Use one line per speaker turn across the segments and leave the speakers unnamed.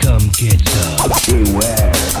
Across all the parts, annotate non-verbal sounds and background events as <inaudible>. come get some.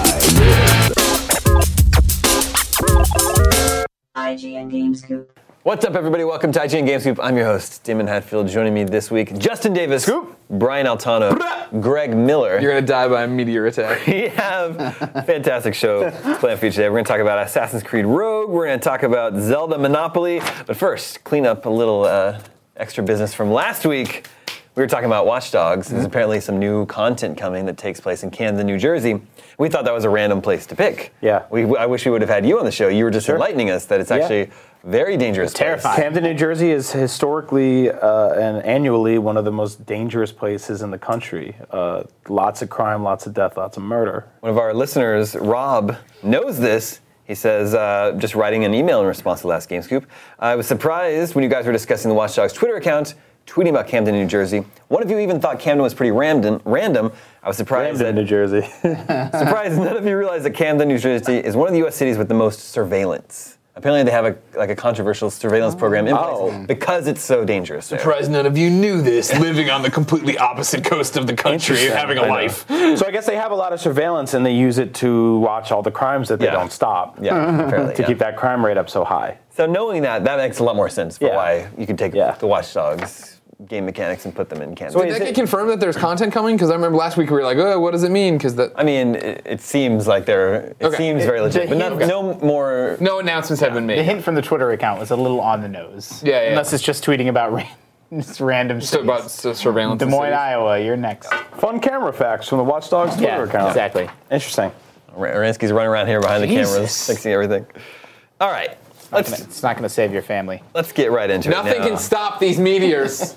IGN Games Coop.
What's up, everybody? Welcome to IGN Gamescoop. I'm your host, Damon Hatfield. Joining me this week, Justin Davis,
Scoop.
Brian Altano, Greg Miller.
You're gonna die by a meteor <laughs> attack.
we have a fantastic show planned for you today. We're going to talk about Assassin's Creed Rogue. We're going to talk about Zelda Monopoly. But first, clean up a little uh, extra business from last week. We were talking about Watch Dogs. There's apparently some new content coming that takes place in Camden, New Jersey. We thought that was a random place to pick.
Yeah.
We, I wish we would have had you on the show. You were just enlightening us that it's actually a very dangerous. place.
Camden, New Jersey is historically uh, and annually one of the most dangerous places in the country. Uh, lots of crime, lots of death, lots of murder.
One of our listeners, Rob, knows this. He says, uh, just writing an email in response to last Game Scoop. I was surprised when you guys were discussing the Watch Dogs Twitter account, tweeting about Camden, New Jersey. One of you even thought Camden was pretty random. Random. I was surprised
Camden, New <laughs>
that
Jersey.
surprised none of you realized that Camden, New Jersey, is one of the U.S. cities with the most surveillance. Apparently, they have a like a controversial surveillance program in place
Oh.
because it's so dangerous. there.
Surprised none of you knew this, living on the completely opposite coast of the country
<laughs>
and having a
I know.
life.
so I guess they have a lot of surveillance and they use it to watch all the crimes that they
Yeah.
don't stop. Hmm.
Yeah, apparently.
<laughs> To
yeah.
keep that crime rate up so high.
So knowing that, that makes a lot more sense for
Yeah.
why you could take
Yeah.
the Watch Dogs game mechanics and put them in Camden.
Did that get confirmed that there's content coming? Because I remember last week we were like, oh, what does it mean? Because that
I mean, it, it seems like they're. It
Okay.
seems very legit, but not, no more.
no announcements have been
The
made.
hint from the Twitter account was a little on the nose.
Yeah, yeah.
Unless it's just tweeting about <laughs> ran- just random
So
stuff.
about s- surveillance.
Des
in
Moines,
cities.
Iowa, you're next.
Fun camera facts from the Watchdogs Twitter
yeah,
account.
exactly.
Interesting.
Aransky's running around here behind the cameras,
Jesus.
fixing everything. All right, let's
It's not going to save your family.
let's get right into it.
Nothing
now.
can stop these
<laughs>
meteors.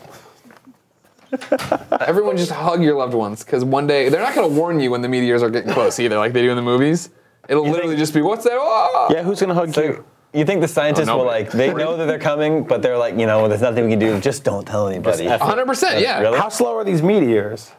Everyone just hug your loved ones because one day they're not going to warn you when the meteors are getting close either, like they do in the movies. It'll literally just be, what's that? Oh!
Yeah, who's gonna hug you?
You think the scientists
Oh, no.
will like? They know that they're coming, but they're like, you know, there's nothing we can do. Just don't tell anybody. Oh,
F-
100%, yeah.
Really?
How slow are these meteors?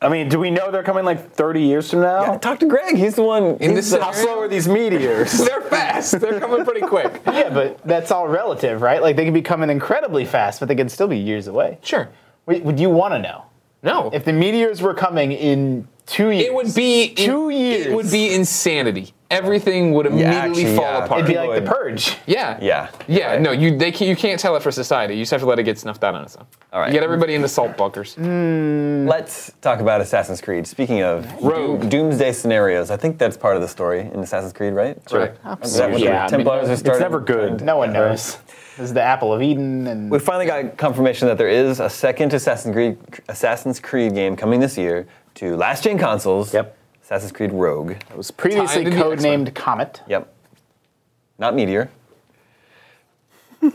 I mean, do we know they're coming like 30 years from now?
Talk to Greg. He's the one.
In
he's
this
the-
How slow are these meteors?
They're fast. They're coming pretty quick.
Yeah, but that's all relative, right? Like they can be coming incredibly fast, but they can still be years away.
<laughs> Sure.
Would would you want to know
No.
if the meteors were coming in two years?
It would be
two years.
It would be insanity. Everything would immediately
actually,
fall
yeah.
apart.
It'd be like
Would.
the purge.
yeah.
Yeah.
Yeah.
Right.
No, you they can, you can't tell it for society. You just have to let it get snuffed out on its own.
All right. Mm.
You get everybody into salt bunkers.
Let's talk about Assassin's Creed. Speaking of
Rogue.
doom- doomsday scenarios, I think that's part of the story in Assassin's Creed, right? That's
right.
Is that what
Yeah, I
the
mean,
Templars are
it's
starting?
never good.
No one knows. This is the apple of Eden, and
We finally got confirmation that there is a second Assassin's Creed, Assassin's Creed game coming this year to last gen consoles.
Yep.
Assassin's Creed Rogue.
It was previously
Tied to the
codenamed Comet.
Yep. Not Meteor.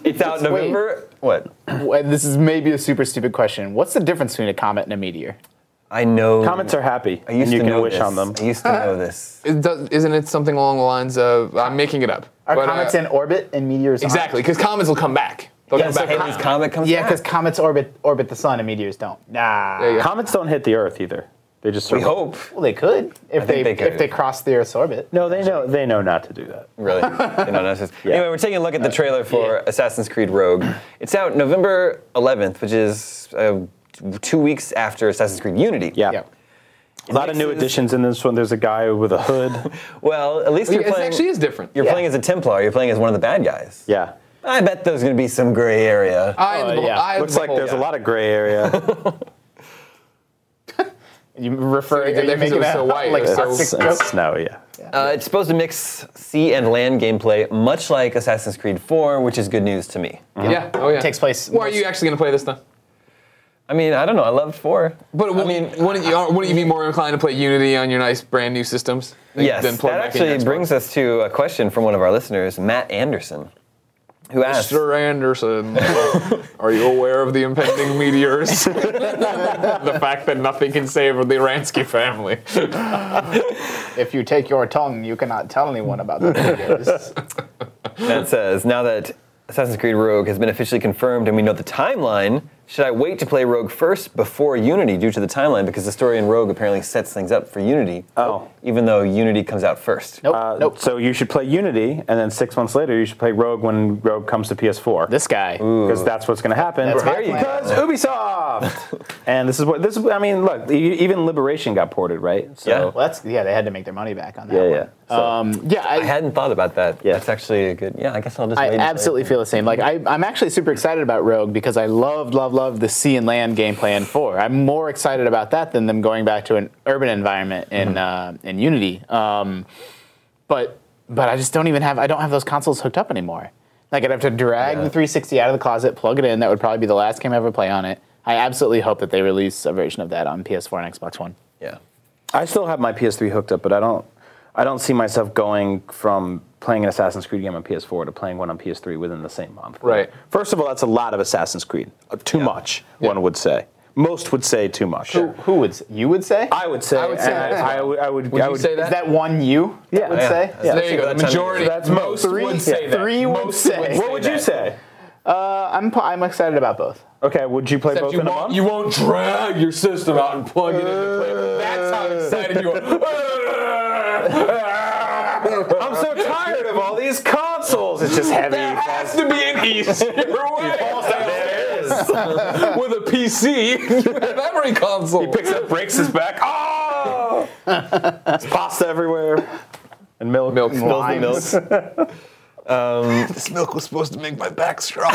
It's out
Wait.
November. What?
Well, This is maybe a super stupid question. What's the difference between a comet and a meteor?
I know.
Comments are happy.
I used
and you
to
can
know
wish
this.
on them.
I used to know
<laughs>
this.
It does, isn't it something along the lines of I'm making it up?
Are
but, uh,
comets in orbit and meteors aren't?
exactly because comments will come back. They'll
Yeah, so
come back. Ah,
Haley's comet comes
Yeah,
back.
because comets orbit orbit the sun and meteors don't. Nah.
There you go.
Comets don't hit the Earth either. They just
we
circle.
hope.
Well, they could if
think
they,
they could.
if they cross the Earth's orbit.
No, they know they know not to do that.
Really?
<laughs>
You know, that's just- Anyway, we're taking a look at the trailer for Assassin's Creed Rogue. It's out November 11th, which is uh, two weeks after Assassin's Creed Unity.
Yeah.
Yeah.
A lot of new additions in this one. There's a guy with a hood.
Well, at least you're
It
playing.
actually is different.
You're playing as a Templar. You're playing as one of the bad guys.
yeah.
I bet there's going to be some gray area.
Eye in
Oh,
the beh-
yeah.
eye in
Looks
the
like
hole.
there's a lot of gray area.
You refer
Yeah,
are you
because it
making
was
that
so white,
like
it was
a
so-
<laughs>
toxic
it's,
joke?
it's snowy. Yeah.
Uh, it's supposed to mix sea and land gameplay, much like Assassin's Creed 4, which is good news to me.
Yeah. Oh yeah.
Takes place
Why are
most-
you actually going to play this then?
I mean, I don't know. I love 4.
But I mean, wouldn't you, wouldn't you be more inclined to play Unity on your nice brand new systems? Than,
Yes,
than plug
that
back in your
actually
Xbox?
brings us to a question from one of our listeners, Matt Anderson, who asked,
Mr. Anderson, <laughs> are you aware of the impending meteors? the fact that nothing can save the Ransky family.
If you take your tongue, you cannot tell anyone about the meteors.
Matt says, now that Assassin's Creed Rogue has been officially confirmed and we know the timeline, should I wait to play Rogue first before Unity due to the timeline? Because the story in Rogue apparently sets things up for Unity,
Oh.
even though Unity comes out first.
nope.
Uh,
nope.
So you should play Unity, and then six months later you should play Rogue when Rogue comes to PS4.
This guy.
because that's what's going to happen.
That's my
There you plan.
because <laughs> Ubisoft. and this is what this. is- I mean, look, e- even Liberation got ported, right? So,
Yeah.
Well, that's yeah. They had to make their money back on that.
Yeah,
one.
yeah. So-
Um, yeah, I,
I hadn't thought about that.
Yeah.
That's actually a good, yeah, I guess I'll just
I
wait. until-
absolutely feel the same. Like I, I'm actually super excited about Rogue because I loved, love, love the sea and land gameplay in four. I'm more excited about that than them going back to an urban environment in uh, in Unity. Um, but but I just don't even have I don't have those consoles hooked up anymore. Like I'd have to drag the 360 out of the closet, plug it in. That would probably be the last game I ever play on it. I absolutely hope that they release a version of that on PS4 and Xbox One.
Yeah.
I still have my PS3 hooked up, but I don't. I don't see myself going from playing an Assassin's Creed game on PS4 to playing one on PS3 within the same month.
Right.
First of all, that's a lot of Assassin's Creed. Uh, Too much, one would say. Most would say too much.
Who, who would s- you would say?
I would say.
I would say
and
that as
I, I would. I would,
Would
I
you
would-
say
Is that one you that
Yeah.
would
Yeah.
say?
Yeah.
There you go.
That
The
time of
majority.
year.
That's most.
Three
Yeah.
would say that.
Three would say.
What would you say?
I'm po- I'm excited about both.
Okay, would you play
Except
both
you
in a
won't,
month?
you won't drag your system out and plug it in. to play. That's how excited you are.
<laughs> I'm so tired of all these consoles. It's just heavy.
There has to be an easier
<laughs>
way. <laughs> With a PC, you have every console.
Picks up, breaks his back. Oh! There's pasta everywhere. And milk.
Milk. Spills
the milk.
This milk was supposed to make my back strong.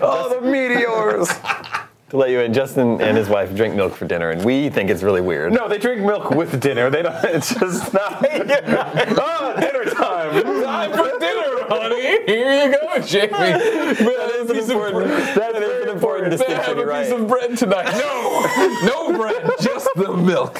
Oh, the meteors! to let you in, Justin and his wife drink milk for dinner, and we think it's really weird.
No, they drink milk with dinner. They don't. <laughs> It's just not. oh, dinner time.
Time
<laughs>
for dinner, honey. Here you go, Jamie. That
is an important-
That
is an important distinction,
Have a
you're
piece
right.
of bread tonight. No, no bread, just the milk.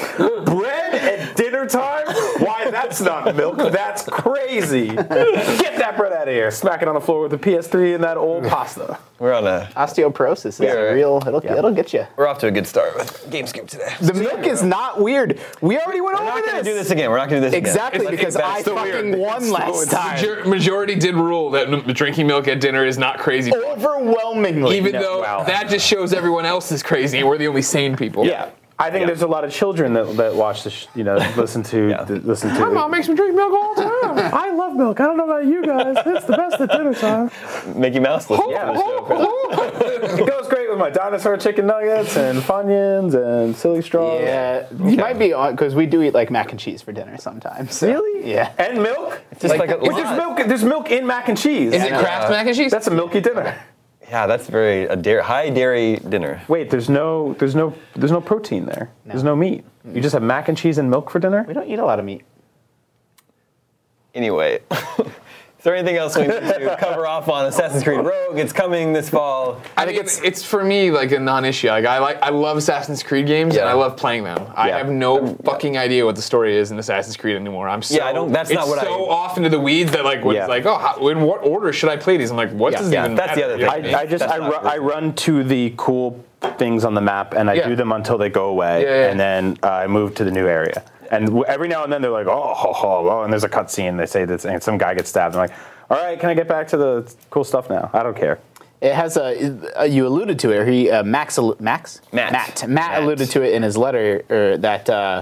Bread at dinner time? Why? That's not milk. That's crazy. Get that bread out of here. Smack it on the floor with the PS3 and that old pasta.
We're on a
Osteoporosis is a real. It'll it'll get you.
we're off to a good start with GameScoop today.
The milk is not weird. We already went
We're
over
not
this.
gonna do this again. We're not gonna do this
Exactly
again.
because I fucking won last time.
Major- majority did rule that n- drinking milk at dinner is not crazy.
Overwhelmingly,
Even
Oh, no.
though
wow.
that just shows everyone else is crazy and we're the only sane people.
Yeah. I think there's a lot of children that, that watch this, sh- you know, listen to, th- listen to.
makes me drink milk all the time.
I love milk. I don't know about you guys. It's the best at dinner time.
<laughs> Mickey Mouse listening
Yeah.
to the show. apparently.
It goes great with my dinosaur chicken nuggets and funyuns and silly straws.
Yeah, you might be on because we do eat like mac and cheese for dinner sometimes. so-
Really?
Yeah.
And milk?
Just like, a
Wait,
lot.
there's milk. There's milk in mac and cheese.
Is it Kraft mac and cheese?
That's a milky dinner.
Yeah, that's very a dairy, high dairy dinner.
Wait, there's no, there's no, there's no protein there. There's no meat. You just have mac and cheese and milk for dinner.
<laughs>
We don't eat a lot of meat.
Anyway, there anything else we need to cover off on Assassin's Creed Rogue? It's coming this fall.
I think it's it's for me like a non-issue. Like I like I love Assassin's Creed games and
Yeah.
I love playing them. I
Yeah.
have no fucking idea what the story is in Assassin's Creed anymore. I'm so
I don't- that's
it's
not what I-
so off into the weeds that like when
Yeah.
it's like oh how, in what order should I play these? I'm like what
Yeah,
does
yeah,
even
that's the
matter?
other
You know
thing.
what mean?
I, I just I,
That's
ru-
not
I
good.
run to the cool things on the map and I
Yeah.
do them until they go away,
Yeah, yeah.
and then uh, I move to the new area. And w- every now and then they're like, oh, ho, ho, oh, and there's a cutscene. They say this, and some guy gets stabbed. I'm like, all right, can I get back to the cool stuff now? Uh, I don't care.
It has a. Uh, you alluded to it. He uh, Max, al- Max,
Matt.
Matt, Matt,
Matt.
alluded to it in his letter or that. Uh,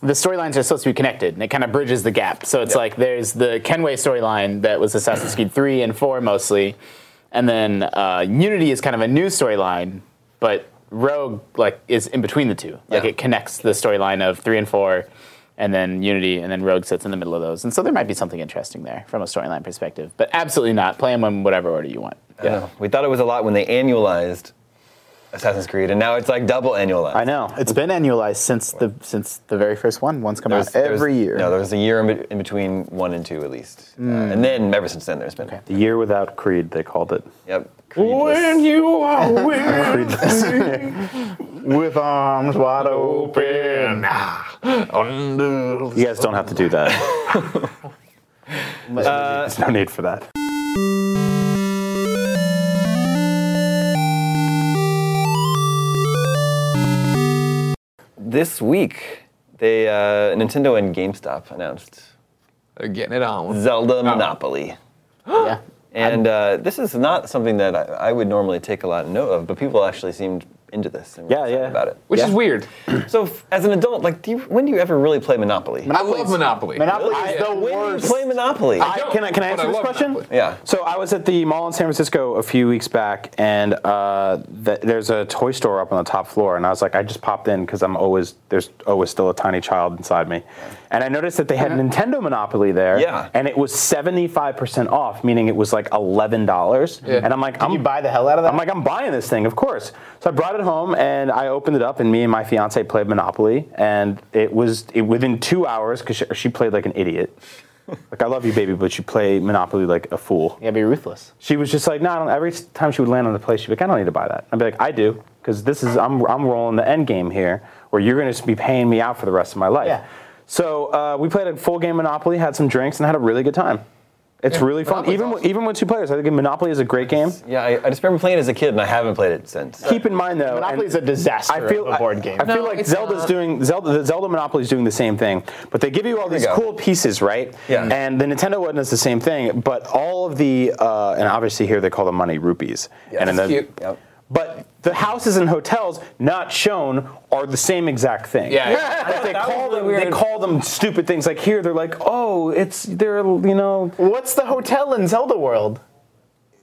the storylines are supposed to be connected, and it kind of bridges the gap. So it's like there's the Kenway storyline that was Assassin's Creed three and four mostly, and then uh, Unity is kind of a new storyline, but Rogue like is in between the two. Like
Yeah.
it connects the storyline of three and four, and then Unity, and then Rogue sits in the middle of those. And so there might be something interesting there from a storyline perspective, but absolutely not. Play them in whatever order you want.
I don't know. We thought it was a lot when they annualized Assassin's Creed, and now it's like double annualized.
I know it's been annualized since the since the very first one. One's come
There's-
out every
there's-
year. Hmm.
No,
<laughs>
there was a year in, be- in between one and two at least, Uh, and then ever since then there's been.
Okay.
The year without Creed, they called it.
Yep. Creed was- <laughs>
you are with
<laughs> With arms wide open.
You guys don't have to do that. Uh, There's no need for that.
this week, they uh, Nintendo and GameStop announced
They're getting it on.
Zelda Monopoly.
Yeah.
And uh, this is not something that I, I would normally take a lot of note of, but people actually seemed into this and were
Yeah,
excited
yeah.
about it.
Which
Yeah.
is weird.
So, f- as an adult, like, do you, when do you ever really play Monopoly?
I love Monopoly.
Monopoly is
Yeah.
the
when do you
worst.
play Monopoly?
I-
don't,
can I, can I
but I
answer this
love
question?
Monopoly.
Yeah.
So I was at the mall in San Francisco a few weeks back, and uh, th- there's a toy store up on the top floor, and I was like, I just popped in because I'm always there's always still a tiny child inside me, and I noticed that they
Uh-huh.
had Nintendo Monopoly there,
Uh-huh. Yeah.
and it was 75 percent off, meaning it was like 11 dollars,
Yeah.
and I'm like, I'm
you buy the hell out of that?
I'm like, I'm buying this thing, of course. So I brought it home and I opened it up, and me and my fiance played Monopoly, and it was it, within two hours because she, she played like an idiot. Like I love you, baby, but you play Monopoly like a fool.
Yeah, be ruthless.
She was just like, no, I don't, every time she would land on the place, she'd be like, I don't need to buy that. I'd be like, I do, because this is I'm I'm rolling the end game here, where you're going to be paying me out for the rest of my life.
Yeah.
So uh, we played a full game Monopoly, had some drinks, and had a really good time. It's really fun,
Monopoly's
even
awesome.
even with two players. I think Monopoly is a great game.
yeah, I, I just remember playing it as a kid, and I haven't played it since.
Keep in mind though, and-
Monopoly's a disaster
I feel
of a board game.
I, I feel like
it's
Zelda's
not.
doing Zelda. The Zelda Monopoly is doing the same thing, but they give you all
Here we
these
go.
cool pieces, right?
Yeah.
And the Nintendo one does the same thing, but all of the uh, and obviously here they call them money rupees. and in
that's
the,
cute.
Yep.
But the houses and hotels not shown are the same exact thing.
Yeah, yeah.
Like
<laughs>
they
That was
call
really
them they
weird.
call them stupid things. Like here they're like, oh, it's they're you know
What's the hotel in Zelda World?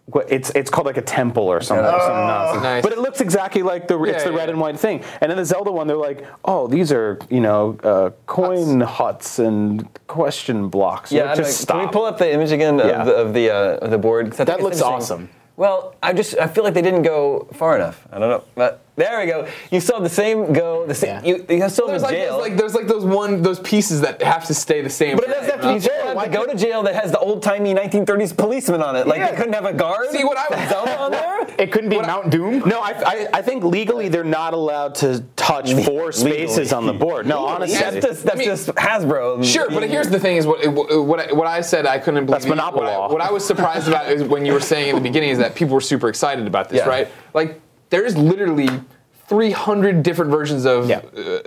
what- it's it's called like a temple or something. or
Oh.
some nonsense.
Nice.
But it looks exactly like the it's
Yeah,
the
yeah,
red
yeah.
and white thing. And in the Zelda one, they're like, oh, these are you know uh, coin huts. and question blocks.
Yeah,
Like,
I'd
just
like-
stop.
Can we pull up the image again of
Yeah.
the of the, uh, of the board? 'Cause I
That
think it's
looks
interesting.
awesome.
Well, I just I feel like they didn't go far enough. I don't know, but there we go. You saw the same go. The same.
Yeah.
You, you still
There's
in
like, there's
jail.
like there's like those one those pieces that have to stay the same.
but it doesn't have to be jail. Have to go to jail that has the old timey 1930s policeman on it. Like they couldn't have a guard.
See, what I
with
would-
Zelda on
<laughs>
there.
It couldn't be Mount Doom.
No, I, I, I think legally they're not allowed to touch four spaces on the board. No, honestly,
Yeah.
That's just that's
I mean-
just Hasbro.
Sure, but here's the thing: is what what I, what I said I couldn't believe.
That's Monopoly
What I,
law.
what I was surprised about is when you were saying in the beginning is that people were super excited about this,
Yeah.
right? Like there is literally 300 different versions of uh,
Yeah.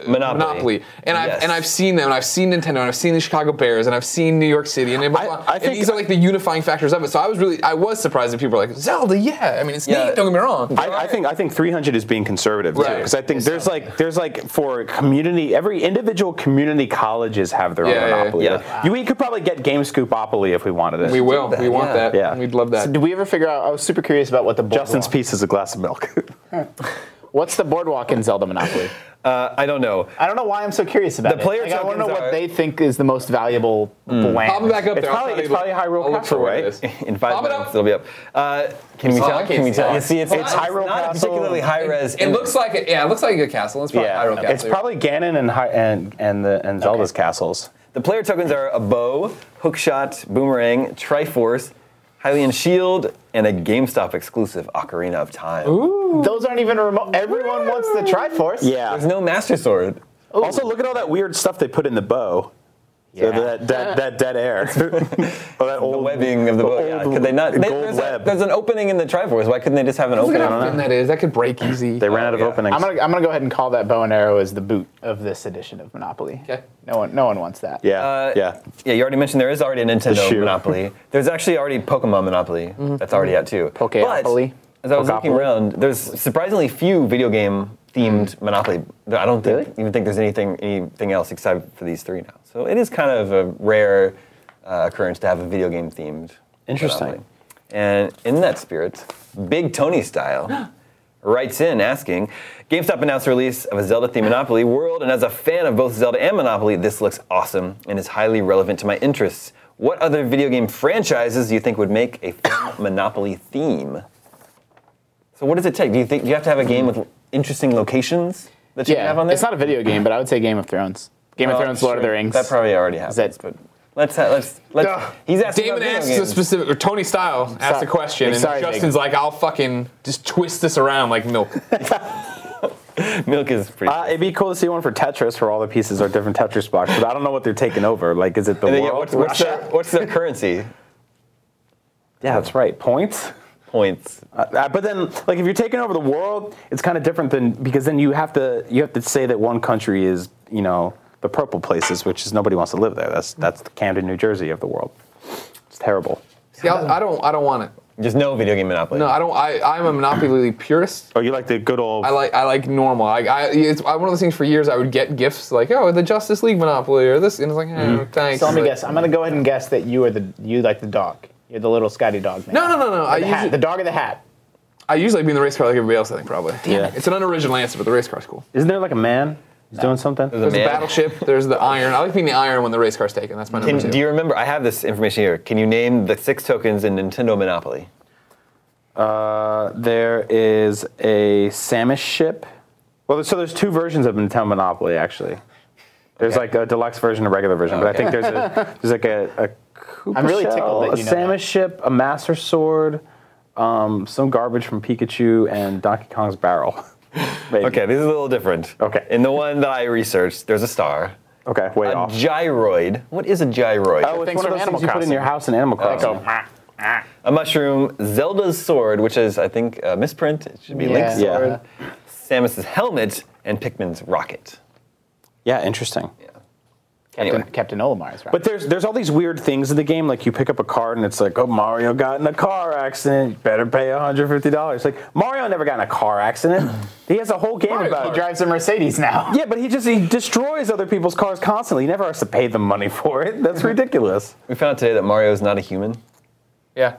Monopoly.
Monopoly, and I've
Yes.
and I've seen them, and I've seen Nintendo, and I've seen the Chicago Bears, and I've seen New York City, and, blah,
I-
blah,
I
and
think-
these are like the unifying factors of it. So I was really I was surprised that people were like Zelda, yeah. I mean, it's
Yeah.
neat. Don't get me wrong.
I, I think I think 300 is being conservative too,
Right.
because I think there's like there's like for community every individual community colleges have their
Yeah,
own
yeah, yeah.
monopoly.
Yeah.
Like, You we could probably get GameScoopopoly if we wanted it.
we will. We want
yeah.
that.
Yeah.
We'd love that.
So did we ever figure out? I was super curious about what the boardwalk.
Justin's piece is a glass of milk. <laughs>
What's the boardwalk in
<laughs>
Zelda Monopoly?
Uh, I don't know.
I don't know why I'm so curious about
The
it.
player
like, I want to know
tokens
what
are-
they think is the most valuable
Mm.
land.
Pop it back up
It's
there. I'll
probably-
try to
it's probably
look-
Hyrule
I'll look for
Castle,
where it
right? <laughs>
is.
<laughs> In five
Pop it
minutes,
up.
it'll be up. Uh, can we
Oh, I
tell?
can't
Can we
see
tell?
it.
You see, it's,
It's Hyrule
not a
Castle.
particularly high res.
It looks like it. Yeah, it looks like a castle. It's probably Hyrule Castle.
it's probably Ganon and Hy- and and the and Zelda's castles.
The player tokens are a bow, hookshot, boomerang, triforce, Hylian shield, and a GameStop exclusive Ocarina of Time.
Those aren't even remote. Everyone wants the Triforce.
Yeah.
There's no Master Sword.
Also, look at all that weird stuff they put in the bow.
Yeah.
So
<laughs>
that, that, that dead air. <laughs> Or that
The
old
webbing of the bow. Yeah,
old
could they not? They,
gold
there's,
web.
A, there's an opening in the Triforce. Why couldn't they just have an opening?
Look at how thin that is. That could
<laughs>
break easy.
they ran out of
yeah.
openings.
I'm gonna, I'm gonna go ahead and call that bow and arrow as the boot of this edition of Monopoly.
Okay.
No one, no one wants that.
yeah.
Uh,
yeah.
Yeah, you already mentioned there is already a Nintendo
shoe.
Monopoly. There's actually already Pokemon Monopoly. That's already out too.
Pokeopoly.
But as I was looking
Pokopoly.
around, there's surprisingly few video game themed Monopoly. I don't think,
Really?
even think there's anything anything else except for these three now. So it is kind of a rare uh, occurrence to have a video game themed.
Interesting.
Monopoly. And in that spirit, Big Tony style. writes in asking, GameStop announced the release of a Zelda-themed Monopoly world, and as a fan of both Zelda and Monopoly, this looks awesome and is highly relevant to my interests. What other video game franchises do you think would make a fun Monopoly theme? So what does it take? Do you think do you have to have a game with interesting locations that you can
Yeah,
have on there?
it's not a video game, but I would say Game of Thrones. Game of
Well,
Thrones, Lord of the
sure,
Rings.
That probably already happens.
that-
but let's ha- let's
<laughs>
let's.
Ugh.
He's asking
Damon
about video
asks a
games.
specific, or Tony Style asks a question, and
Sorry, Vic.
Justin's like, "I'll fucking just twist this around like
<laughs>
milk."
<laughs> Milk is pretty.
Uh, it'd be cool to see one for Tetris where all the pieces are different Tetris blocks, but I don't know what they're taking over. Like, is it the
And then, yeah,
world?
what's, what's,
Russia?
their, <laughs> what's their currency?
Yeah, that's right. Points?
Points.
Uh, but then, like, if you're taking over the world, it's kind of different than because then you have to you have to say that one country is you know the purple places, which is nobody wants to live there. That's that's the Camden, New Jersey of the world. It's terrible.
See, I, I don't, I don't want it.
Just no video game monopoly.
No, I don't. I, I'm a Monopoly purist.
Oh, you like the good old?
I like, I like normal. I, I, it's I, one of those things. For years, I would get gifts like, "Oh, the Justice League Monopoly" or this, and it's like, eh, "Thanks."
Mm-hmm. So let me
Like,
guess. I'm gonna go ahead and guess that you are the you like the dog. You're the little Scotty dog. Man.
No, no, no, no. I
The, hat, the
usually,
dog of the hat.
I usually be in the race car like everybody else. I think probably.
Yeah.
It's an unoriginal answer, but the race car's cool.
Isn't there like a man who's doing something?
There's
There's the battleship. There's the iron. I like being the iron when the race car's taken. That's my number
Can,
two.
do you remember? I have this information here. Can you name the six tokens in Nintendo Monopoly?
Uh, there is a Samus ship. Well, so there's two versions of Nintendo Monopoly actually. There's like a deluxe version, a regular version, but I think there's
<laughs>
a there's like a, a Koopa
I'm really
shell,
tickled that
a
you know
Samus
that.
ship, a Master Sword, um, some garbage from Pikachu, and Donkey Kong's barrel. <laughs> Maybe.
Okay, this is a little different.
Okay.
In the one that I researched, there's a star.
Okay. Way
A
off.
gyroid. What is a gyroid?
oh, it's
Things
one of
from
those
Animal
things you put in your house in Animal Crossing.
<laughs>
A mushroom. Zelda's sword, which is I think a misprint. It should be Link's
Yeah.
sword. Samus's helmet and Pikmin's rocket.
yeah. Interesting.
Anyway,
Captain Olimar's right.
But there's there's all these weird things in the game. Like you pick up a card and it's like, oh, Mario got in a car accident. Better pay $150. Like Mario never got in a car <clears throat> accident. he has a whole game
Mario,
about
he
it.
drives a Mercedes now.
yeah, but he just he destroys other people's cars constantly. He never has to pay them money for it. That's ridiculous.
we found out today that Mario is not a human.
yeah.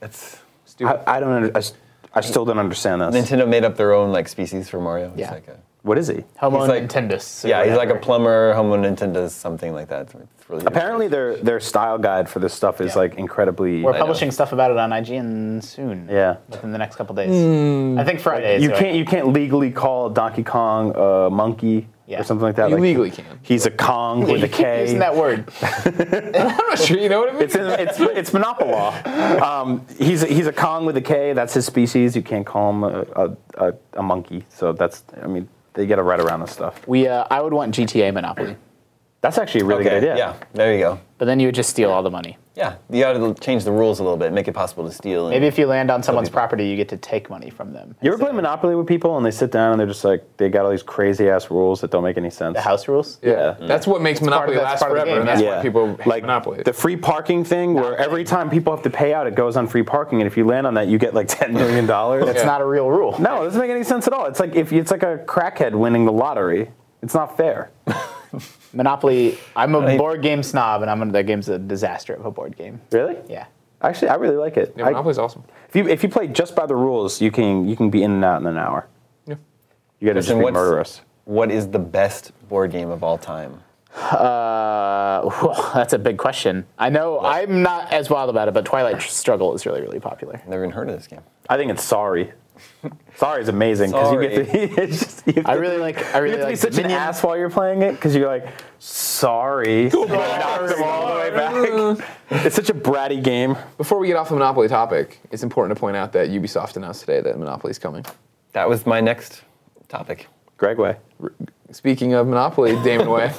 That's
I, I don't. Under, I, s- I still don't understand this.
Nintendo made up their own like species for Mario. He's
Yeah.
Like a,
What is he?
Homo
He's like-
Nintendus. or
yeah, he's like a
whatever.
plumber, Homo Nintendo's something like that. It's really
Apparently, their their style guide for this stuff is
Yeah.
like incredibly.
We're publishing stuff about it on IGN soon.
Yeah.
Within the next couple days. I think Friday. is
You
right.
can't you can't legally call Donkey Kong a monkey
Yeah.
or something like that.
You
Like,
legally can.
He's a Kong <laughs> with a
You keep <laughs>
K.
Using that word.
I'm not sure. You know what I mean?
It's, in, it's it's Monopoly law. Um, he's a, he's a Kong with a K. That's his species. You can't call him a, a, a, a monkey. So that's I mean they get a right around this stuff.
We, uh, I would want GTA Monopoly,
That's actually a really
Okay,
good idea.
yeah, there you go.
but then you would just steal all the money.
Yeah, you gotta change the rules a little bit, make it possible to steal. and-
Maybe if you land on someone's
people.
property, you get to take money from them.
You ever play Monopoly with people and they sit down and they're just like they got all these crazy ass rules that don't make any sense.
The house rules.
Yeah. That's what makes Monopoly last
that's part of the
forever,
game,
and that's
yeah.
why people hate
like
Monopoly.
the free parking thing, where every time people have to pay out, it goes on free parking, and if you land on that, you get like ten million dollars.
It's not a real rule.
No, it doesn't make any sense at all. It's like if it's like a crackhead winning the lottery. It's not fair.
Monopoly. I'm a
I-
board game snob, and I'm gonna- that game's a disaster of a board game.
Really?
Yeah.
Actually, I really like it.
yeah,
I-
Monopoly's awesome.
if you if you play just by the rules, you can you can be in and out in an hour.
Yeah.
You got to just
Listen,
be
what's-
murderous.
What is the best board game of all time?
Uh, whew, <laughs> that's a big question. I know I'm not as wild about it, but Twilight Struggle is really, really popular.
Never even heard of this game.
I think it's sorry. Sorry is amazing because you get to. <laughs> It's just, you
I really like. I
You
really
have to be
like
such an
Minions.
ass while you're playing it because you're like, <laughs> sorry. Knocked them all the way back. It's such a bratty game.
Before we get off the Monopoly topic, it's important to point out that Ubisoft announced today that Monopoly's coming.
That was my next topic.
Gregway.
Speaking of Monopoly, Damon Way.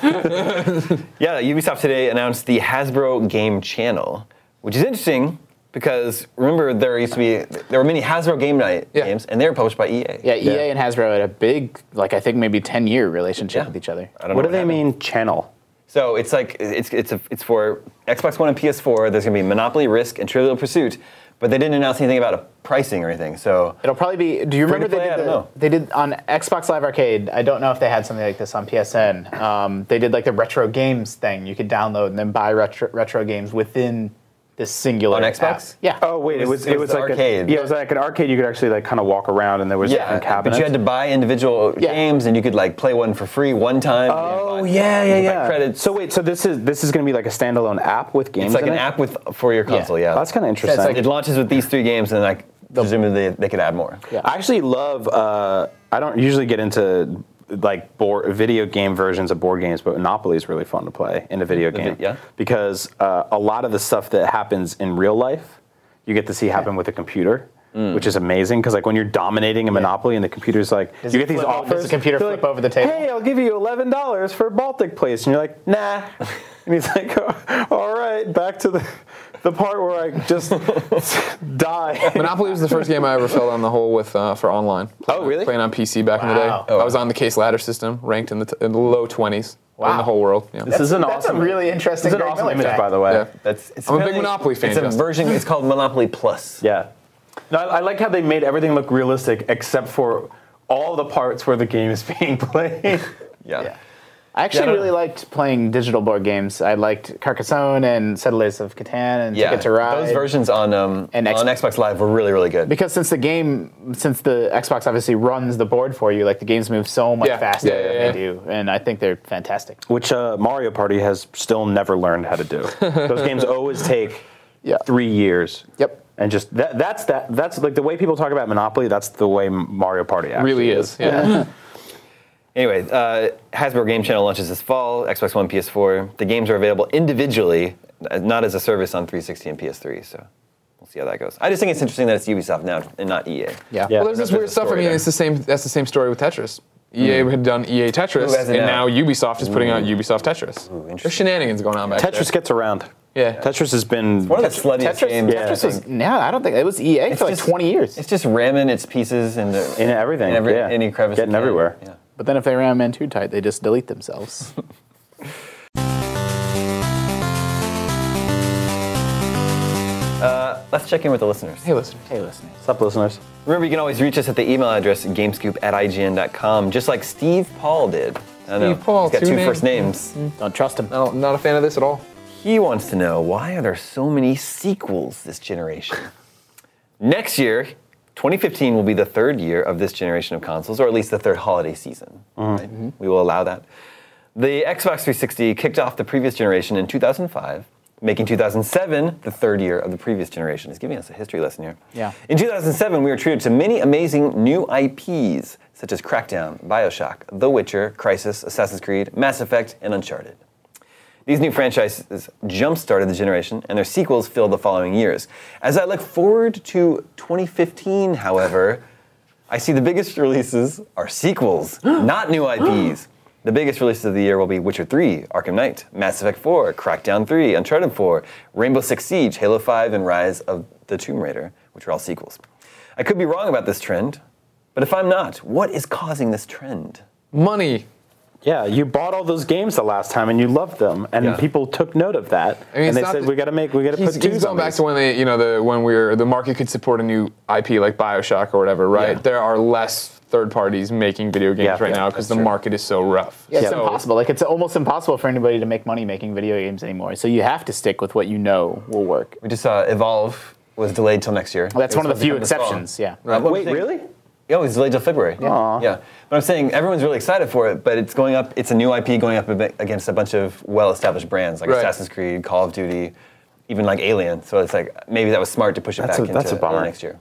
Yeah, Ubisoft today announced the Hasbro Game Channel, which is interesting because remember there used to be there were many Hasbro Game Night
Yeah.
games, and they were published by E EA.
E
Yeah, EA and Hasbro had a big, like I think maybe ten year relationship
Yeah.
with each other.
I don't know
What do they
happened.
mean, channel?
So it's like it's it's a, it's for Xbox One and PS4. There's gonna be Monopoly, Risk, and Trivial Pursuit, but they didn't announce anything about a pricing or anything. So
It'll probably be. Do you
Free to
remember they
play? I
did?
don't
The,
know.
they did on Xbox Live Arcade. I don't know if they had something like this on PSN. Um, they did like the retro games thing. You could download and then buy retro, retro games within this singular
On
app.
Xbox?
Yeah.
Oh wait, it was it was,
the
like
arcade.
A, yeah, it was like an arcade. You could actually like kind of walk around, and there was
yeah,
different cabinets.
but you had to buy individual
Yeah.
games, and you could like play one for free one time. and then
Oh
buy-
yeah, yeah,
you could buy
yeah.
Credits.
So wait, so this is this is going to be like a standalone app with games.
it's like
in
an
it?
app with for your console. Yeah,
That's kinda
So it's
interesting.
like it launches with these three games, and like presumably they, they could add more. Yeah.
I actually love. Uh, I don't usually get into like board, video game versions of board games, but Monopoly is really fun to play in a video
vi-
game.
yeah.
Because uh, a lot of the stuff that happens in real life, you get to see happen with a computer.
Mm.
Which is amazing because like when you're dominating a monopoly and the computer's like,
Does
you
it
get these
flip o-
offers.
does the computer
they're
flip
like,
over the table?
Hey, I'll give you eleven dollars for Baltic Place, and you're like,
<laughs>
nah. And he's like, "Oh, all right, back to the the part where I just
<laughs>
<laughs> die.
Monopoly was the first game I ever fell down the hole with uh, for online. Playing-
really?
Playing on PC back in the
Wow.
day. I was on the case ladder system, ranked in the, t- in the low 20s in the
Wow.
whole world. Yeah.
This <laughs> is an
That's
awesome.
a really interesting.
It's an
Greg
awesome
Miller
image,
fact.
by the way.
Yeah.
That's it's
I'm a big
apparently-
Monopoly fan,
It's a
Justin.
version. It's called Monopoly Plus.
Yeah. No, I, I like how they made everything look realistic except for all the parts where the game is <laughs> being played.
Yeah.
Yeah. I actually
Yeah, I don't
really
know.
liked playing digital board games. I liked Carcassonne and Settlers of Catan and Ticket to Ride.
Those versions on um,
And X-
on Xbox Live were really really good.
because since the game, since the Xbox obviously runs the board for you, like the games move so much
Yeah.
faster
Yeah, yeah,
than
yeah.
they do, and I think they're fantastic.
Which uh, Mario Party has still never learned how
<laughs>
to do. Those games always take
Yeah.
three years.
Yep.
And just that, that's that that's like the way people talk about Monopoly, that's the way Mario Party actually
really is. Yeah.
Anyway, uh, Hasbro Game Channel launches this fall. Xbox One, PS4. The games are available individually, uh, not as a service on 360 and PS3. So we'll see how that goes. I just think it's interesting that it's Ubisoft now and not E EA.
Yeah.
Well, there's
I don't
this
know if
weird
there's a
stuff. I
story
mean,
there.
it's the same. That's the same story with Tetris. EA had done EA Tetris,
Who has it
and
now?
now Ubisoft is putting out Ubisoft Tetris. There's shenanigans going on back there.
Tetris gets around.
Yeah.
Tetris has been
One of the sluttiest
Tetris,
games. I
Tetris
think.
was no, I don't think it was
E
EA for like
just-
20 years.
It's just ramming its pieces into
in everything.
in every-
yeah.
any crevice. it
Getting
can.
everywhere.
Yeah.
But then if they ram in too tight, they just delete themselves.
Let's check in with the listeners.
Hey, listen.
hey, listeners.
What's up, listeners?
Remember, you can always reach us at the email address gamescoop at ign.com, just like Steve Paul did. I know.
Steve Paul,
He's got
two
two
names.
first names.
Don't trust them.
No, not a fan of this at all.
He wants to know why are there so many sequels this generation? Next year, 2015 will be the third year of this generation of consoles, or at least the third holiday season. right? We will allow that. The Xbox 360 kicked off the previous generation in 2005, making 2007 the third year of the previous generation. It's giving us a history lesson here.
Yeah.
In 2007, we were treated to many amazing new IPs, such as Crackdown, Bioshock, The Witcher, Crisis, Assassin's Creed, Mass Effect, and Uncharted. These new franchises jump-started the generation, and their sequels filled the following years. As I look forward to 2015, however, I see the biggest releases are sequels, not new IPs. The biggest releases of the year will be Witcher 3, Arkham Knight, Mass Effect 4, Crackdown 3, Uncharted 4, Rainbow Six Siege, Halo 5, and Rise of the Tomb Raider, which are all sequels. I could be wrong about this trend, but if I'm not, what is causing this trend?
Money.
Yeah, you bought all those games the last time and you loved them, and
Yeah.
people took note of that, and
it's
they
not
said
that-
we got to make, we got to
He's,
put two.
he's going back to when they, you know, the when we are the market could support a new IP like Bioshock or whatever, right?
Yeah.
There are less third parties making video games
Yeah,
right
yeah,
now because the market is so rough.
Yeah, it's
So-
impossible. Like it's almost impossible for anybody to make money making video games anymore. So you have to stick with what you know will work.
We just saw Evolve was delayed till next year.
That's
It was
one of the few
supposed to come this fall.
exceptions. Yeah.
Uh, what I'm
Wait,
saying-
really?
Yeah, it was delayed till February. Yeah. yeah. But I'm saying everyone's really excited for it, but it's going up. It's a new IP going up a bit against a bunch of well-established brands like
Right.
Assassin's Creed, Call of Duty, even like Alien. So it's like maybe that was smart to push it
That's
back
a- that's
into
a bummer.
early next year.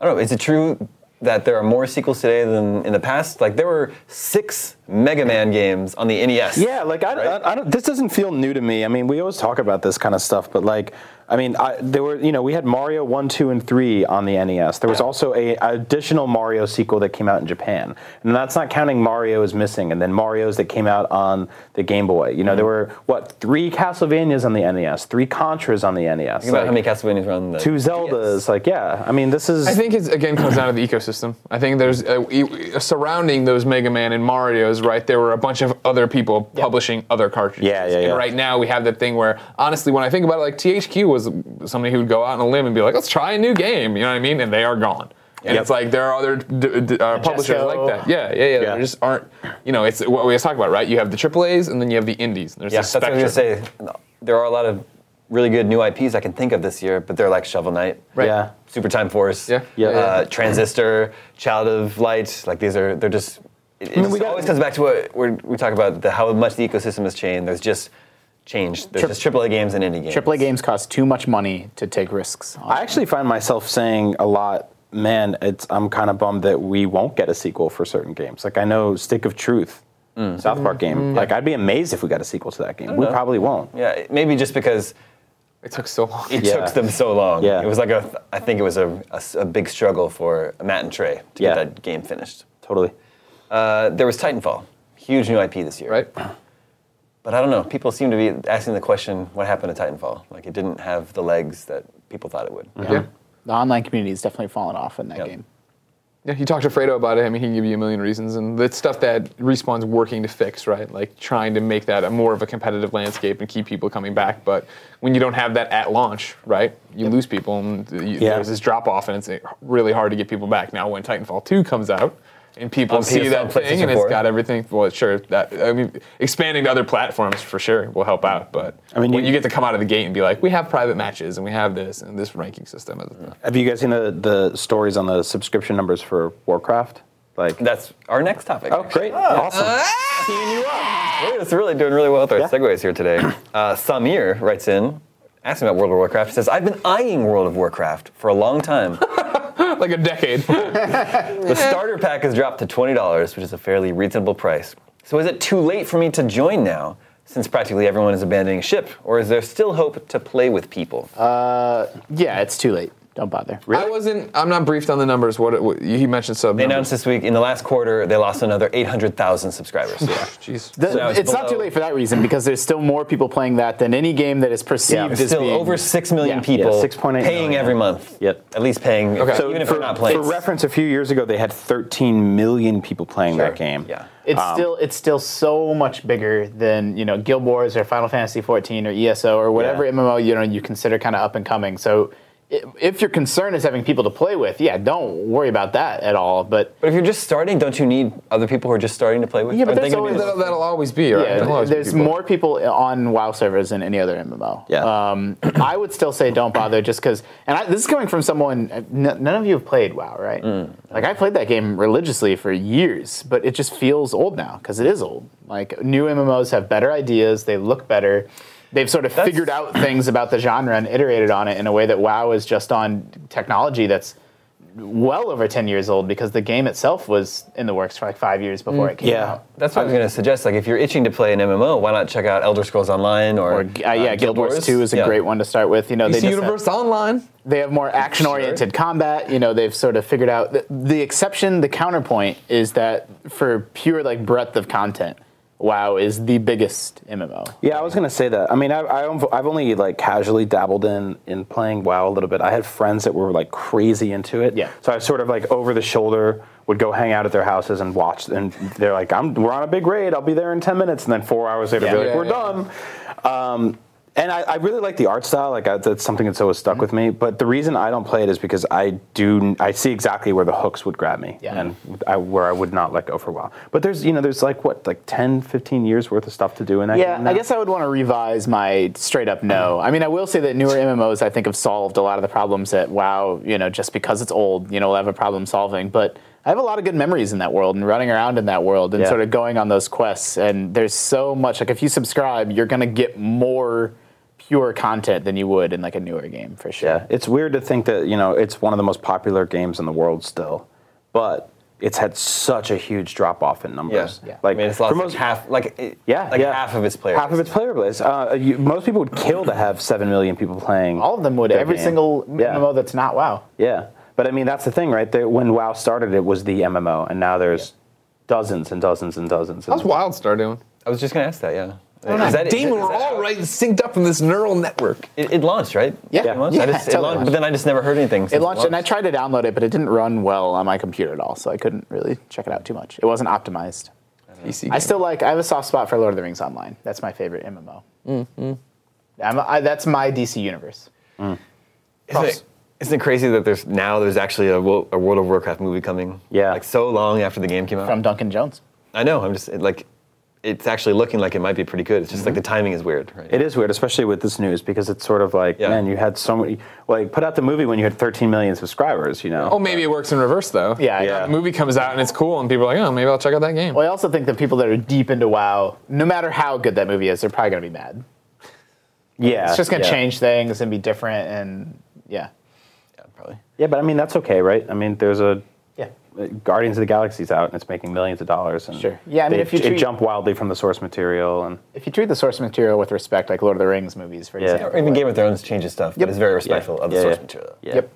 I don't know. Is it true that there are more sequels today than in the past? Like there were six Mega Man games on the E NES.
Yeah, like I, I, I don't. This doesn't feel new to me. I mean, we always talk about this kind of stuff, but like, I mean, I, there were you know we had Mario one, two, and three on the NES. There was also a additional Mario sequel that came out in Japan, and that's not counting Mario is missing, and then Mario's that came out on the Game Boy. You know, there were what three Castlevanias on the NES, three Contras on the E NES,
Think about how
like,
many Castlevanias were on the
two Zeldas. Like, yeah, I mean, this is.
I think it's again comes down to the ecosystem. I think there's uh, e- surrounding those Mega Man and Mario's, right? There were a bunch of other people publishing other cartridges.
Yeah, yeah,
And
yeah.
right now we have that thing where, honestly, when I think about it, like THQ was somebody who would go out on a limb and be like, "Let's try a new game," you know what I mean? And they are gone. And
Yep.
it's like there are other d- d- uh, publishers like that. Yeah, yeah, yeah.
Yeah.
There just aren't. You know, it's what we always talk about, right? You have the AAA's and then you have the indies. There's
Yeah,
a
that's what I
spectrum.
was gonna say. There are a lot of really good new IPs I can think of this year, but they're like Shovel Knight,
Right.
Yeah.
Super Time Force,
Yeah. Yeah.
Uh, Transistor, Child of Light. Like these are they're just. It, it
mean, we
just
got-
always comes back to what we're, we talk about the, how much the ecosystem has changed. There's just changed. There's
Trip-
just AAA games and indie games.
AAA games cost too much money to take risks. on.
I actually find myself saying a lot, man, it's I'm kind of bummed that we won't get a sequel for certain games. Like I know Stick of Truth,
Mm.
South Park game. Like I'd be amazed if we got a sequel to that game. We probably won't.
Mm-hmm. Yeah, it- maybe just because
It took so long.
it
Yeah.
took them so long.
Yeah.
It was like a I think it was a, a s- a big struggle for Matt and Trey to
Yeah.
get that game finished.
Totally.
Uh, there was Titanfall, huge new IP this year.
Right.
But I don't know. People seem to be asking the question, what happened to Titanfall? Like it didn't have the legs that people thought it would.
Mm-hmm.
Yeah.
the online community has definitely fallen off in that
Yep.
game.
Yeah, you talk to Fredo about it. I mean, he can give you a million reasons, and the stuff that Respawn's working to fix, right? Like trying to make that a more of a competitive landscape and keep people coming back. But when you don't have that at launch, right, you lose people, and you,
Yeah.
there's this drop off, and it's uh, really hard to get people back. Now, when Titanfall 2 comes out, and people
On
see
PS4,
that thing, and
PlayStation 4.
it's got everything. Well, sure, that I mean, expanding to other platforms for sure will help out. But I
mean,
mean, when
you-
you, get to come out of the gate and be like, we have private matches, and we have this, and this ranking system.
Have you guys seen the, the stories on the subscription numbers for Warcraft? Like
That's our next topic.
Oh
<laughs>
great. Awesome.
Uh, We're just really doing really well with our
Yeah.
segues here today. Uh, Samir writes in, asking about World of Warcraft. He says, I've been eyeing World of Warcraft for a long
<laughs>
time.
<laughs> Like a decade.
the starter pack has dropped to $20, which is a fairly reasonable price. So is it too late for me to join now? Since practically everyone is abandoning ship, or is there still hope to play with people?
Uh,
Yeah, it's too late. Don't bother.
I wasn't. I'm not briefed on the numbers. What, what he mentioned sub.
they announced this week in the last quarter they lost another 800,000
<laughs>
subscribers.
Jeez.
The-
So it's
it's not too
below-
late for that reason because there's still more people playing that than any game that is perceived
Yeah,
as
still
being
over six million
Yeah.
people
Yeah, 6.8
paying
million.
every month.
Yep.
At least paying,
Okay. So
even if
for,
they're not playing.
for reference, a few years ago they had 13 million people playing
Sure.
that game.
Yeah.
It's still it's still so much bigger than you know Guild Wars or Final Fantasy 14 or ESO or whatever
Yeah.
MMO you know you consider kind of up and coming. So i- if your concern is having people to play with, yeah, don't worry about that at all. But
But if you're just starting, don't you need other people who are just starting to play with?
Yeah, but
Aren't they
there's
gonna be
always
the-
That'll, that'll always be right. That'll
yeah,
always be
there's
people.
more people on WoW servers than any other MMO.
Yeah.
Um, I would still say don't bother just because. And I, this is coming from someone. uh, n- none of you have played WoW, right? Like I played that game religiously for years, but it just feels old now because it is old. Like new MMOs have better ideas. They look better. They've sort of
That's-
figured out things about the genre and iterated on it in a way that WoW is just on technology that's well over 10 years old because the game itself was in the works for like five years before it came
Yeah.
out.
That's what I was going to suggest. Like, if you're itching to play an MMO, why not check out Elder Scrolls Online or,
Or uh, yeah, Guild Wars, 2 is a
Yeah.
great one to start with. You know, they
PC
just
Universe
have,
Online.
they have more action-oriented combat. You know, they've sort of figured out the, the exception, the counterpoint is that for pure like breadth of content, WoW is the biggest MMO.
Yeah, I was gonna say that. I mean, I, I, onv- I've only like casually dabbled in in playing WoW a little bit. I had friends that were like crazy into it.
Yeah.
So I sort of like over the shoulder would go hang out at their houses and watch. And they're like, "I'm we're on a big raid. I'll be there in ten minutes." And then four hours later,
Yeah.
be like,
Yeah,
"We're
yeah.
done." Um, and I, I really like the art style. Like I, that's something that's always
Mm-hmm.
stuck with me. But the reason I don't play it is because I do. I see exactly where the hooks would grab me,
Yeah.
and I, where I would not let go for a while. But there's, you know, there's like what, like 10, 15 years worth of stuff to do in that.
Yeah,
game
I
now.
guess I would want to revise my straight up no. I mean, I will say that newer MMOs I think have solved a lot of the problems that WoW, you know, just because it's old, you know, will have a problem solving. But I have a lot of good memories in that world and running around in that world and
Yeah.
sort of going on those quests. And there's so much like if you subscribe, you're gonna get more pure content than you would in like a newer game for sure.
Yeah, it's weird to think that you know it's one of the most popular games in the world still, but it's had such a huge drop off in numbers.
Yeah.
Like
I mean, it's lost
for
like half, like it-
yeah,
like
yeah.
half of its players.
Half of its player base. Uh, you, most people would kill to have seven million people playing.
All of them would.
their
Every
game.
single
Yeah.
MMO that's not WoW.
Yeah, but I mean that's the thing, right? There, when WoW started, it was the MMO, and now there's dozens and dozens and dozens. And
How's Wildstar doing?
I was just gonna ask that. Yeah. Is that-
That,
is
Damn,
that-
we're
is that
all
how-
right and synced up in this neural network.
It, it launched, right?
Yeah.
It launched? I
Yeah,
just- it
totally
launched, but
launched.
then I just never heard anything.
It launched, and I tried to download it, but it didn't run well on my computer at all, so I couldn't really check it out too much. It wasn't optimized.
PC
I still like. I have a soft spot for Lord of the Rings Online. That's my favorite MMO.
Mm-hmm.
I'm, I, that's my DC universe.
Isn't it, isn't it crazy that there's now there's actually a, Wo- a World of Warcraft movie coming?
Yeah.
Like so long after the game came out.
From Duncan Jones.
I know. I'm just it, like, it's actually looking like it might be pretty good. It's just like
Mm-hmm.
the timing is weird. Right?
It is weird, especially with this news, because it's sort of like,
Yeah.
man, you had so many. Like, put out the movie when you had 13 million subscribers, you know?
Oh, maybe it works in reverse though.
Yeah,
Yeah.
The movie comes out and it's cool, and people are like, oh, maybe I'll check out that game.
Well, I also think that people that are deep into WoW, no matter how good that movie is, they're probably going to be mad.
yeah.
It's just going to
yeah.
change things and be different, and yeah,
Yeah, probably.
Yeah, but I mean, that's okay, right? I mean, there's a.
yeah.
Guardians of the Galaxy's out and it's making millions of dollars. And
Sure. Yeah, I mean,
they-
if you
it
treat-
jump wildly from the source material and
If you treat the source material with respect, like Lord of the Rings movies, for
Yeah.
Or
example,
even Game of Thrones changes stuff, but
Yep.
it's very respectful of the
Yeah,
source
yeah.
material.
Yeah.
Yep.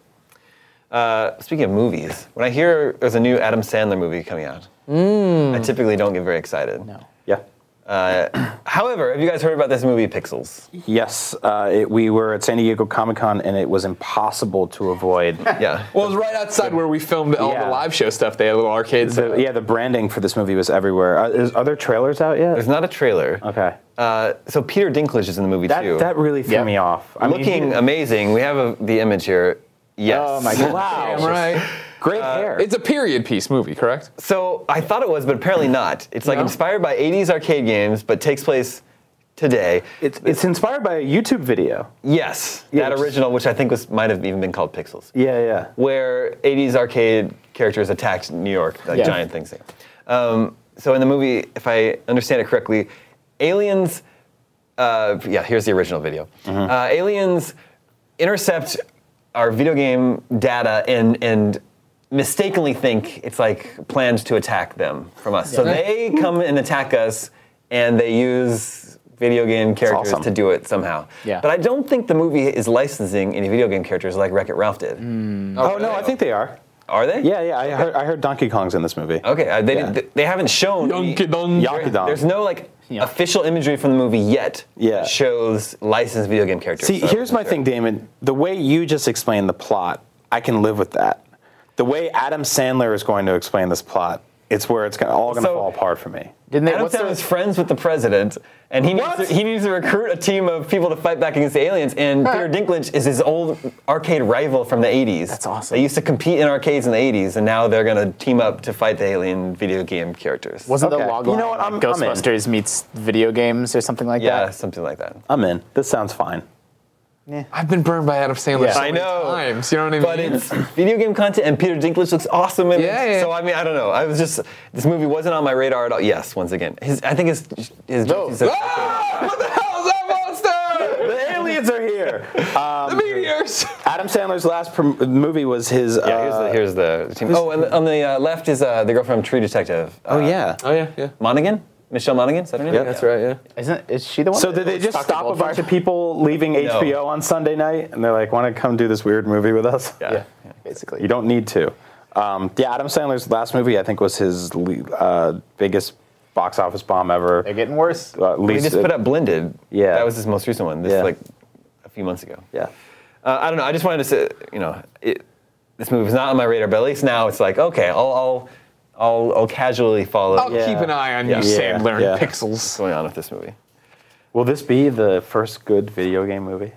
Uh, speaking of movies, when I hear there's a new Adam Sandler movie coming out,
Mm.
I typically don't get very excited.
no.
Yeah.
Uh, however, have you guys heard about this movie Pixels?
Yes, uh, it, we were at San Diego Comic Con and it was impossible to
<laughs>
avoid.
Yeah.
Well, it was right outside where we filmed all
Yeah.
the live show stuff. They had a little arcade. set
the,
up.
yeah, the branding for this movie was everywhere. Uh, is, are there trailers out yet?
There's not a trailer.
okay.
Uh, so Peter Dinklage is in the movie
That,
too.
that really threw
Yeah.
me off. I mean,
Looking
he-
amazing. We have a, the image here. Yes.
Oh my god.
Wow.
Damn right.
Great hair.
It's a period piece movie, correct?
So I thought it was, but apparently not. It's like
No?
inspired by 80s arcade games, but takes place today.
It's, it's inspired by a YouTube video.
Yes, that
Yeah, which-
original, which I think was might have even been called Pixels,
Yeah, yeah.
where 80s arcade characters attacked New York, like
Yeah.
giant things. Um, so in the movie, if I understand it correctly, aliens. Uh, yeah, here's the original video. Uh, aliens intercept our video game data and and mistakenly think it's like planned to attack them from us. So
Yeah.
they come and attack us, and they use video game characters
awesome.
to do it somehow.
Yeah.
But I don't think the movie is licensing any video game characters like Wreck It Ralph did.
Oh no, I think they are.
Are they?
Yeah, yeah. I heard, I heard Donkey Kong's in this movie.
Okay. uh, they,
Yeah.
they, they haven't shown. any-
Donkey Dong.
Donkey Kong.
There's no like
Yeah.
official imagery from the movie yet.
Yeah.
That shows licensed video game characters.
See,
so I
here's my
wasn't
thing,
sure.
Damon. The way you just explained the plot, I can live with that. The way Adam Sandler is going to explain this plot, it's where it's gonna, all going to
So-
fall apart for me.
Didn't they?
Adam
What's
Sandler
the,
is friends with the president, and he needs,
What?
to, he needs to recruit a team of people to fight back against the aliens. And Peter Dinklage is his old arcade rival from the 80s.
That's awesome.
They used to compete in arcades in the 80s, and now they're going to team up to fight the alien video game characters.
wasn't
Okay.
the log
You
line
know what?
like
I'm- I'm in.
Ghostbusters meets video games or something like
yeah,
that?
something like that.
I'm in. This sounds fine.
I've been burned by Adam Sandler
Yeah.
so
I
many
know.
times. You know what I mean?
But it's video game content, and Peter Dinklage looks awesome in
Yeah,
it.
yeah.
So I mean, I don't know. I was just this movie wasn't on my radar at all. Yes, once again, his I think his his
No.
he said-
Ah, what the hell is that
<laughs>
monster?
The aliens are here.
the meteors.
Adam Sandler's last prom- movie was his. uh,
Yeah, here's the, here's the team. Oh, and on the uh, left is uh, the girl from True Detective. Uh,
oh yeah.
Oh yeah, yeah.
Monaghan? Michelle Monaghan? Is that her name?
Yep. That's
right. Yeah.
Isn't is she the one?
So
that
did they
was
just
Dr.
stop a
Goldfarb?
bunch of people leaving HBO on Sunday night, and they're like, "Want to come do this weird movie with us?"
Yeah.
Yeah,
Yeah.
basically.
You don't need to. Um, yeah, Adam Sandler's last movie, I think, was his le- uh, biggest box office bomb ever.
They're getting worse.
Uh,
He
least,
just put up Blended.
Yeah.
That was his most recent one. This
Yeah.
like a few months ago.
Yeah.
Uh, I don't know. I just wanted to say, you know, it, this movie was not on my radar, but at least now it's like, okay, I'll, I'll, I'll, I'll casually follow
I'll
what's
keep an eye on
Yeah.
you,
Yeah,
Sandler
yeah.
and Pixels.
going on with this movie.
Will this be the first good video game movie?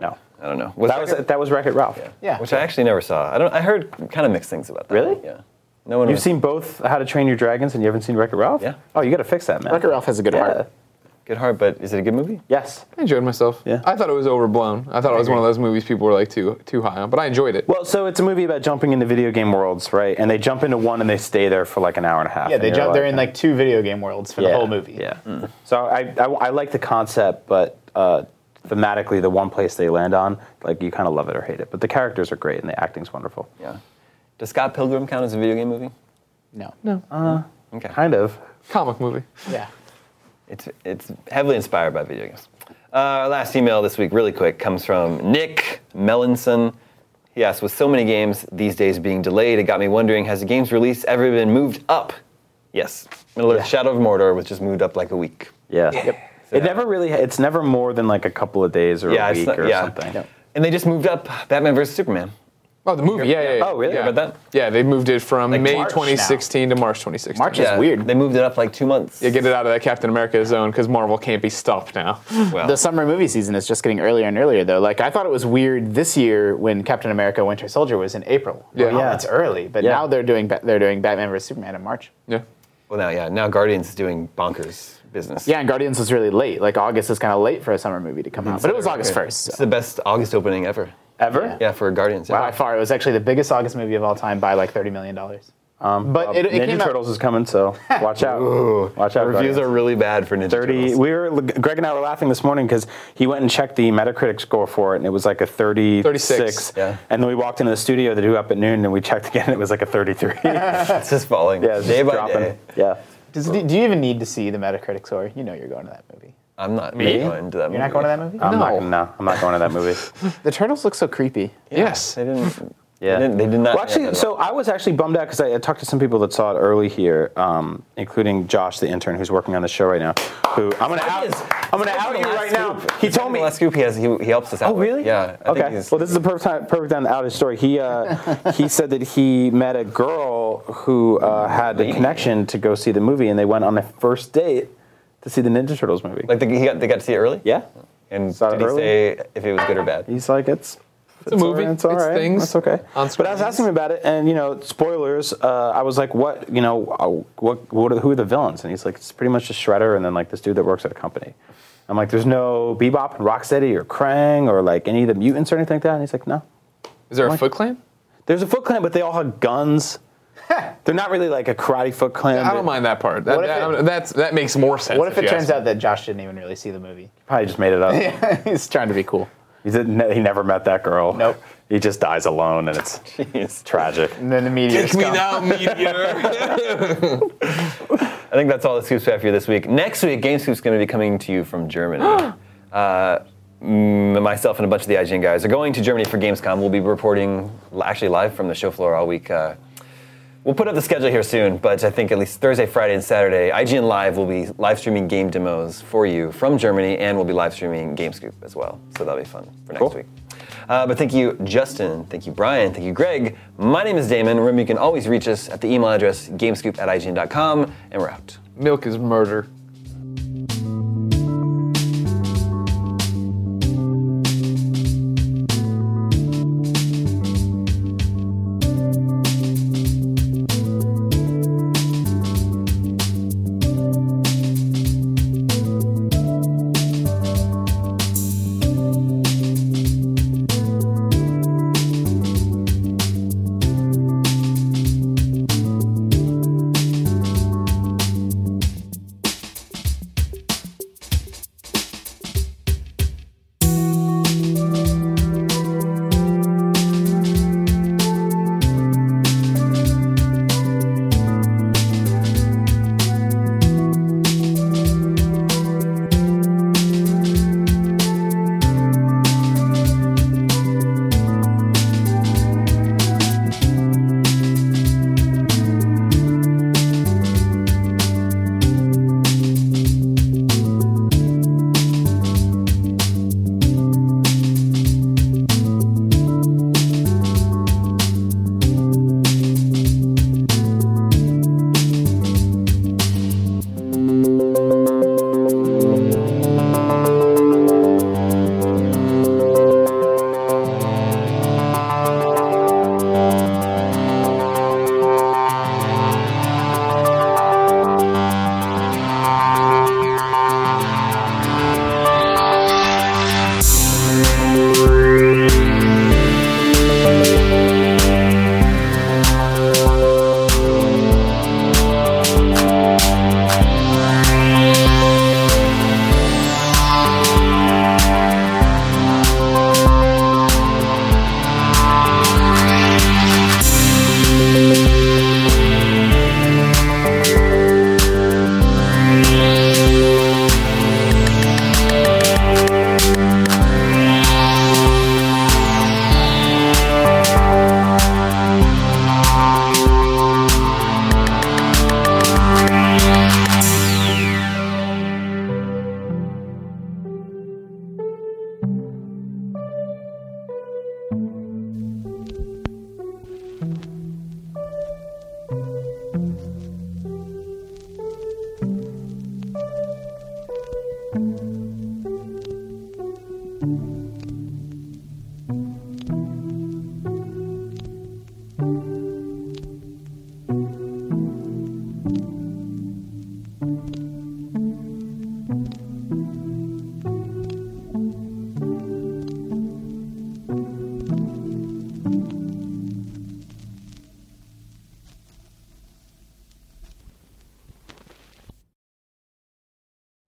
No.
I don't know.
That was that was Wreck-It Ralph.
Yeah.
Which I actually never saw. I don't. I heard kind of mixed things about that.
Really?
Yeah. No one.
You've
was-
seen both How to Train Your Dragons and you haven't seen Wreck-It Ralph?
Yeah.
Oh, you got to fix that, man.
Wreck-It Ralph has a good
yeah.
heart.
Good Heart, but is it a good movie?
Yes.
I enjoyed myself.
Yeah.
I thought it was overblown. I thought it was one of those movies people were like too too high on, but I enjoyed it.
Well, so it's a movie about jumping into video game worlds, right? And they jump into one and they stay there for like an hour and a half.
Yeah, they
and you're
jump. They're in like two video game worlds for the whole movie.
Yeah. So I, I, I like the concept, but uh, thematically, the one place they land on, like you kind of love it or hate it. But the characters are great and the acting's wonderful.
Yeah. Does Scott Pilgrim count as a video game movie?
No. No.
Okay.
Kind of.
Comic movie.
Yeah.
It's, it's heavily inspired by video games. Uh, our last email this week, really quick, comes from Nick Melanson. He asked, with so many games these days being delayed, it got me wondering, has a game's release ever been moved up? Yes. Middle Earth Shadow of Mordor was just moved up like a week.
Yeah. It never really. It's never more than like a couple of days or
Yeah,
a
it's
week
not-
or
yeah.
something.
And they just moved up Batman vs. Superman.
Oh, the movie. Yeah, yeah. yeah.
Oh, really?
Yeah.
About that?
Yeah, they moved it from May
March
2016 to March 2016.
March is weird.
They moved it up like two months.
Yeah, get it out of that Captain America zone because Marvel can't be stopped now.
well,
The summer movie season is just getting earlier and earlier, though. Like I thought it was weird this year when Captain America: Winter Soldier was in April.
Yeah.
Well,
Yeah.
it's early, but
Yeah.
now they're doing Ba- they're doing Batman vs Superman in March.
yeah.
well, now, yeah, now Guardians is doing bonkers business.
Yeah, and Guardians was really late. Like August is kind of late for a summer movie to come out, but it was August
Okay.
first.
It's the best August opening ever.
Ever?
Yeah, for Guardians.
By far, it was actually the biggest August movie of all time by like thirty million dollars.
Um,
But it- it
Ninja
came out-
Turtles is coming, so watch out. watch out.
Reviews
Guardians.
are really bad for Ninja
30
Turtles.
we were greg and i were laughing this morning because he went and checked the metacritic score for it and it was like a 36,
36,
yeah.
and then we walked into the studio that do up at noon and we checked again and it was like a 33
<laughs>
yeah
It's just falling.
it's
day
just
by
<laughs> dropping
day.
yeah
Does, do, do you even need to see the Metacritic score? You know you're going to that movie.
I'm not
Me?
going to that
You're not going to that movie?
Mm, I'm not gonna, no, I'm not going to that movie.
The turtles look so creepy.
Yes.
They
<laughs>
didn't. <laughs>
Yeah,
They, didn't, they did not.
Well, actually, so I was actually bummed out because I, I talked to some people that saw it early here, um, including Josh, the intern, who's working on the show right now. Who I'm gonna out, I'm gonna out you right now. He told me
Last scoop, he has. He, he helps us out.
Oh,
with.
really?
Yeah. I think
okay.
he's-
Well, this is the perfect time, perfect time to out his story.
<laughs>
He uh, he said that he met a girl who uh, had the connection to go see the movie, and they went on their first date to see the Ninja Turtles movie.
like the, he got, they got to see it early.
yeah.
And
Saw it
did he
early.
say if it was good or bad?
<laughs> He's like, it's. It's,
a movie.
alright, it's all
It's
right.
things
That's okay.
on
But I was
screens.
asking him about it, and you know, spoilers. Uh, I was like, "What? You know, uh, what? what are, who are the villains?" And he's like, "It's pretty much just Shredder, and then like this dude that works at a company." I'm like, "There's no Bebop and Rocksteady or Krang or like any of the mutants or anything like that." And he's like, "No,
Is there a Foot Clan?
There's a Foot Clan, but they all
<laughs>
have guns. They're not really like a karate Foot Clan.
I
but
don't mind that part. That,
What if
that-
it-
I mean, that's, that makes more sense.
What if it
you
turns
ask me.
out that Josh didn't even really see the movie? <laughs>
Probably just
<laughs>
made it up.
He's trying to be cool.
He, said ne- he never met that girl.
Nope.
He just dies alone, and
<laughs>
it's tragic.
And then the meteors
Take me
come.
now, meteor.
I think that's all the scoops we have for you this week. Next week, Game Scoop's going to be coming to you from Germany. uh, m- myself and a bunch of the IGN guys are going to Germany for Gamescom. We'll be reporting li- actually live from the show floor all week. Uh, we'll put up the schedule here soon, but I think at least Thursday, Friday, and Saturday, IGN Live will be live streaming game demos for you from Germany, and we'll be live streaming Game Scoop as well. So that'll be fun for next week. Uh, but thank you, Justin. Thank you, Brian. Thank you, Greg. My name is Damon. Remember, you can always reach us at the email address gamescoop at IGN.com, and we're out.
Milk is murder.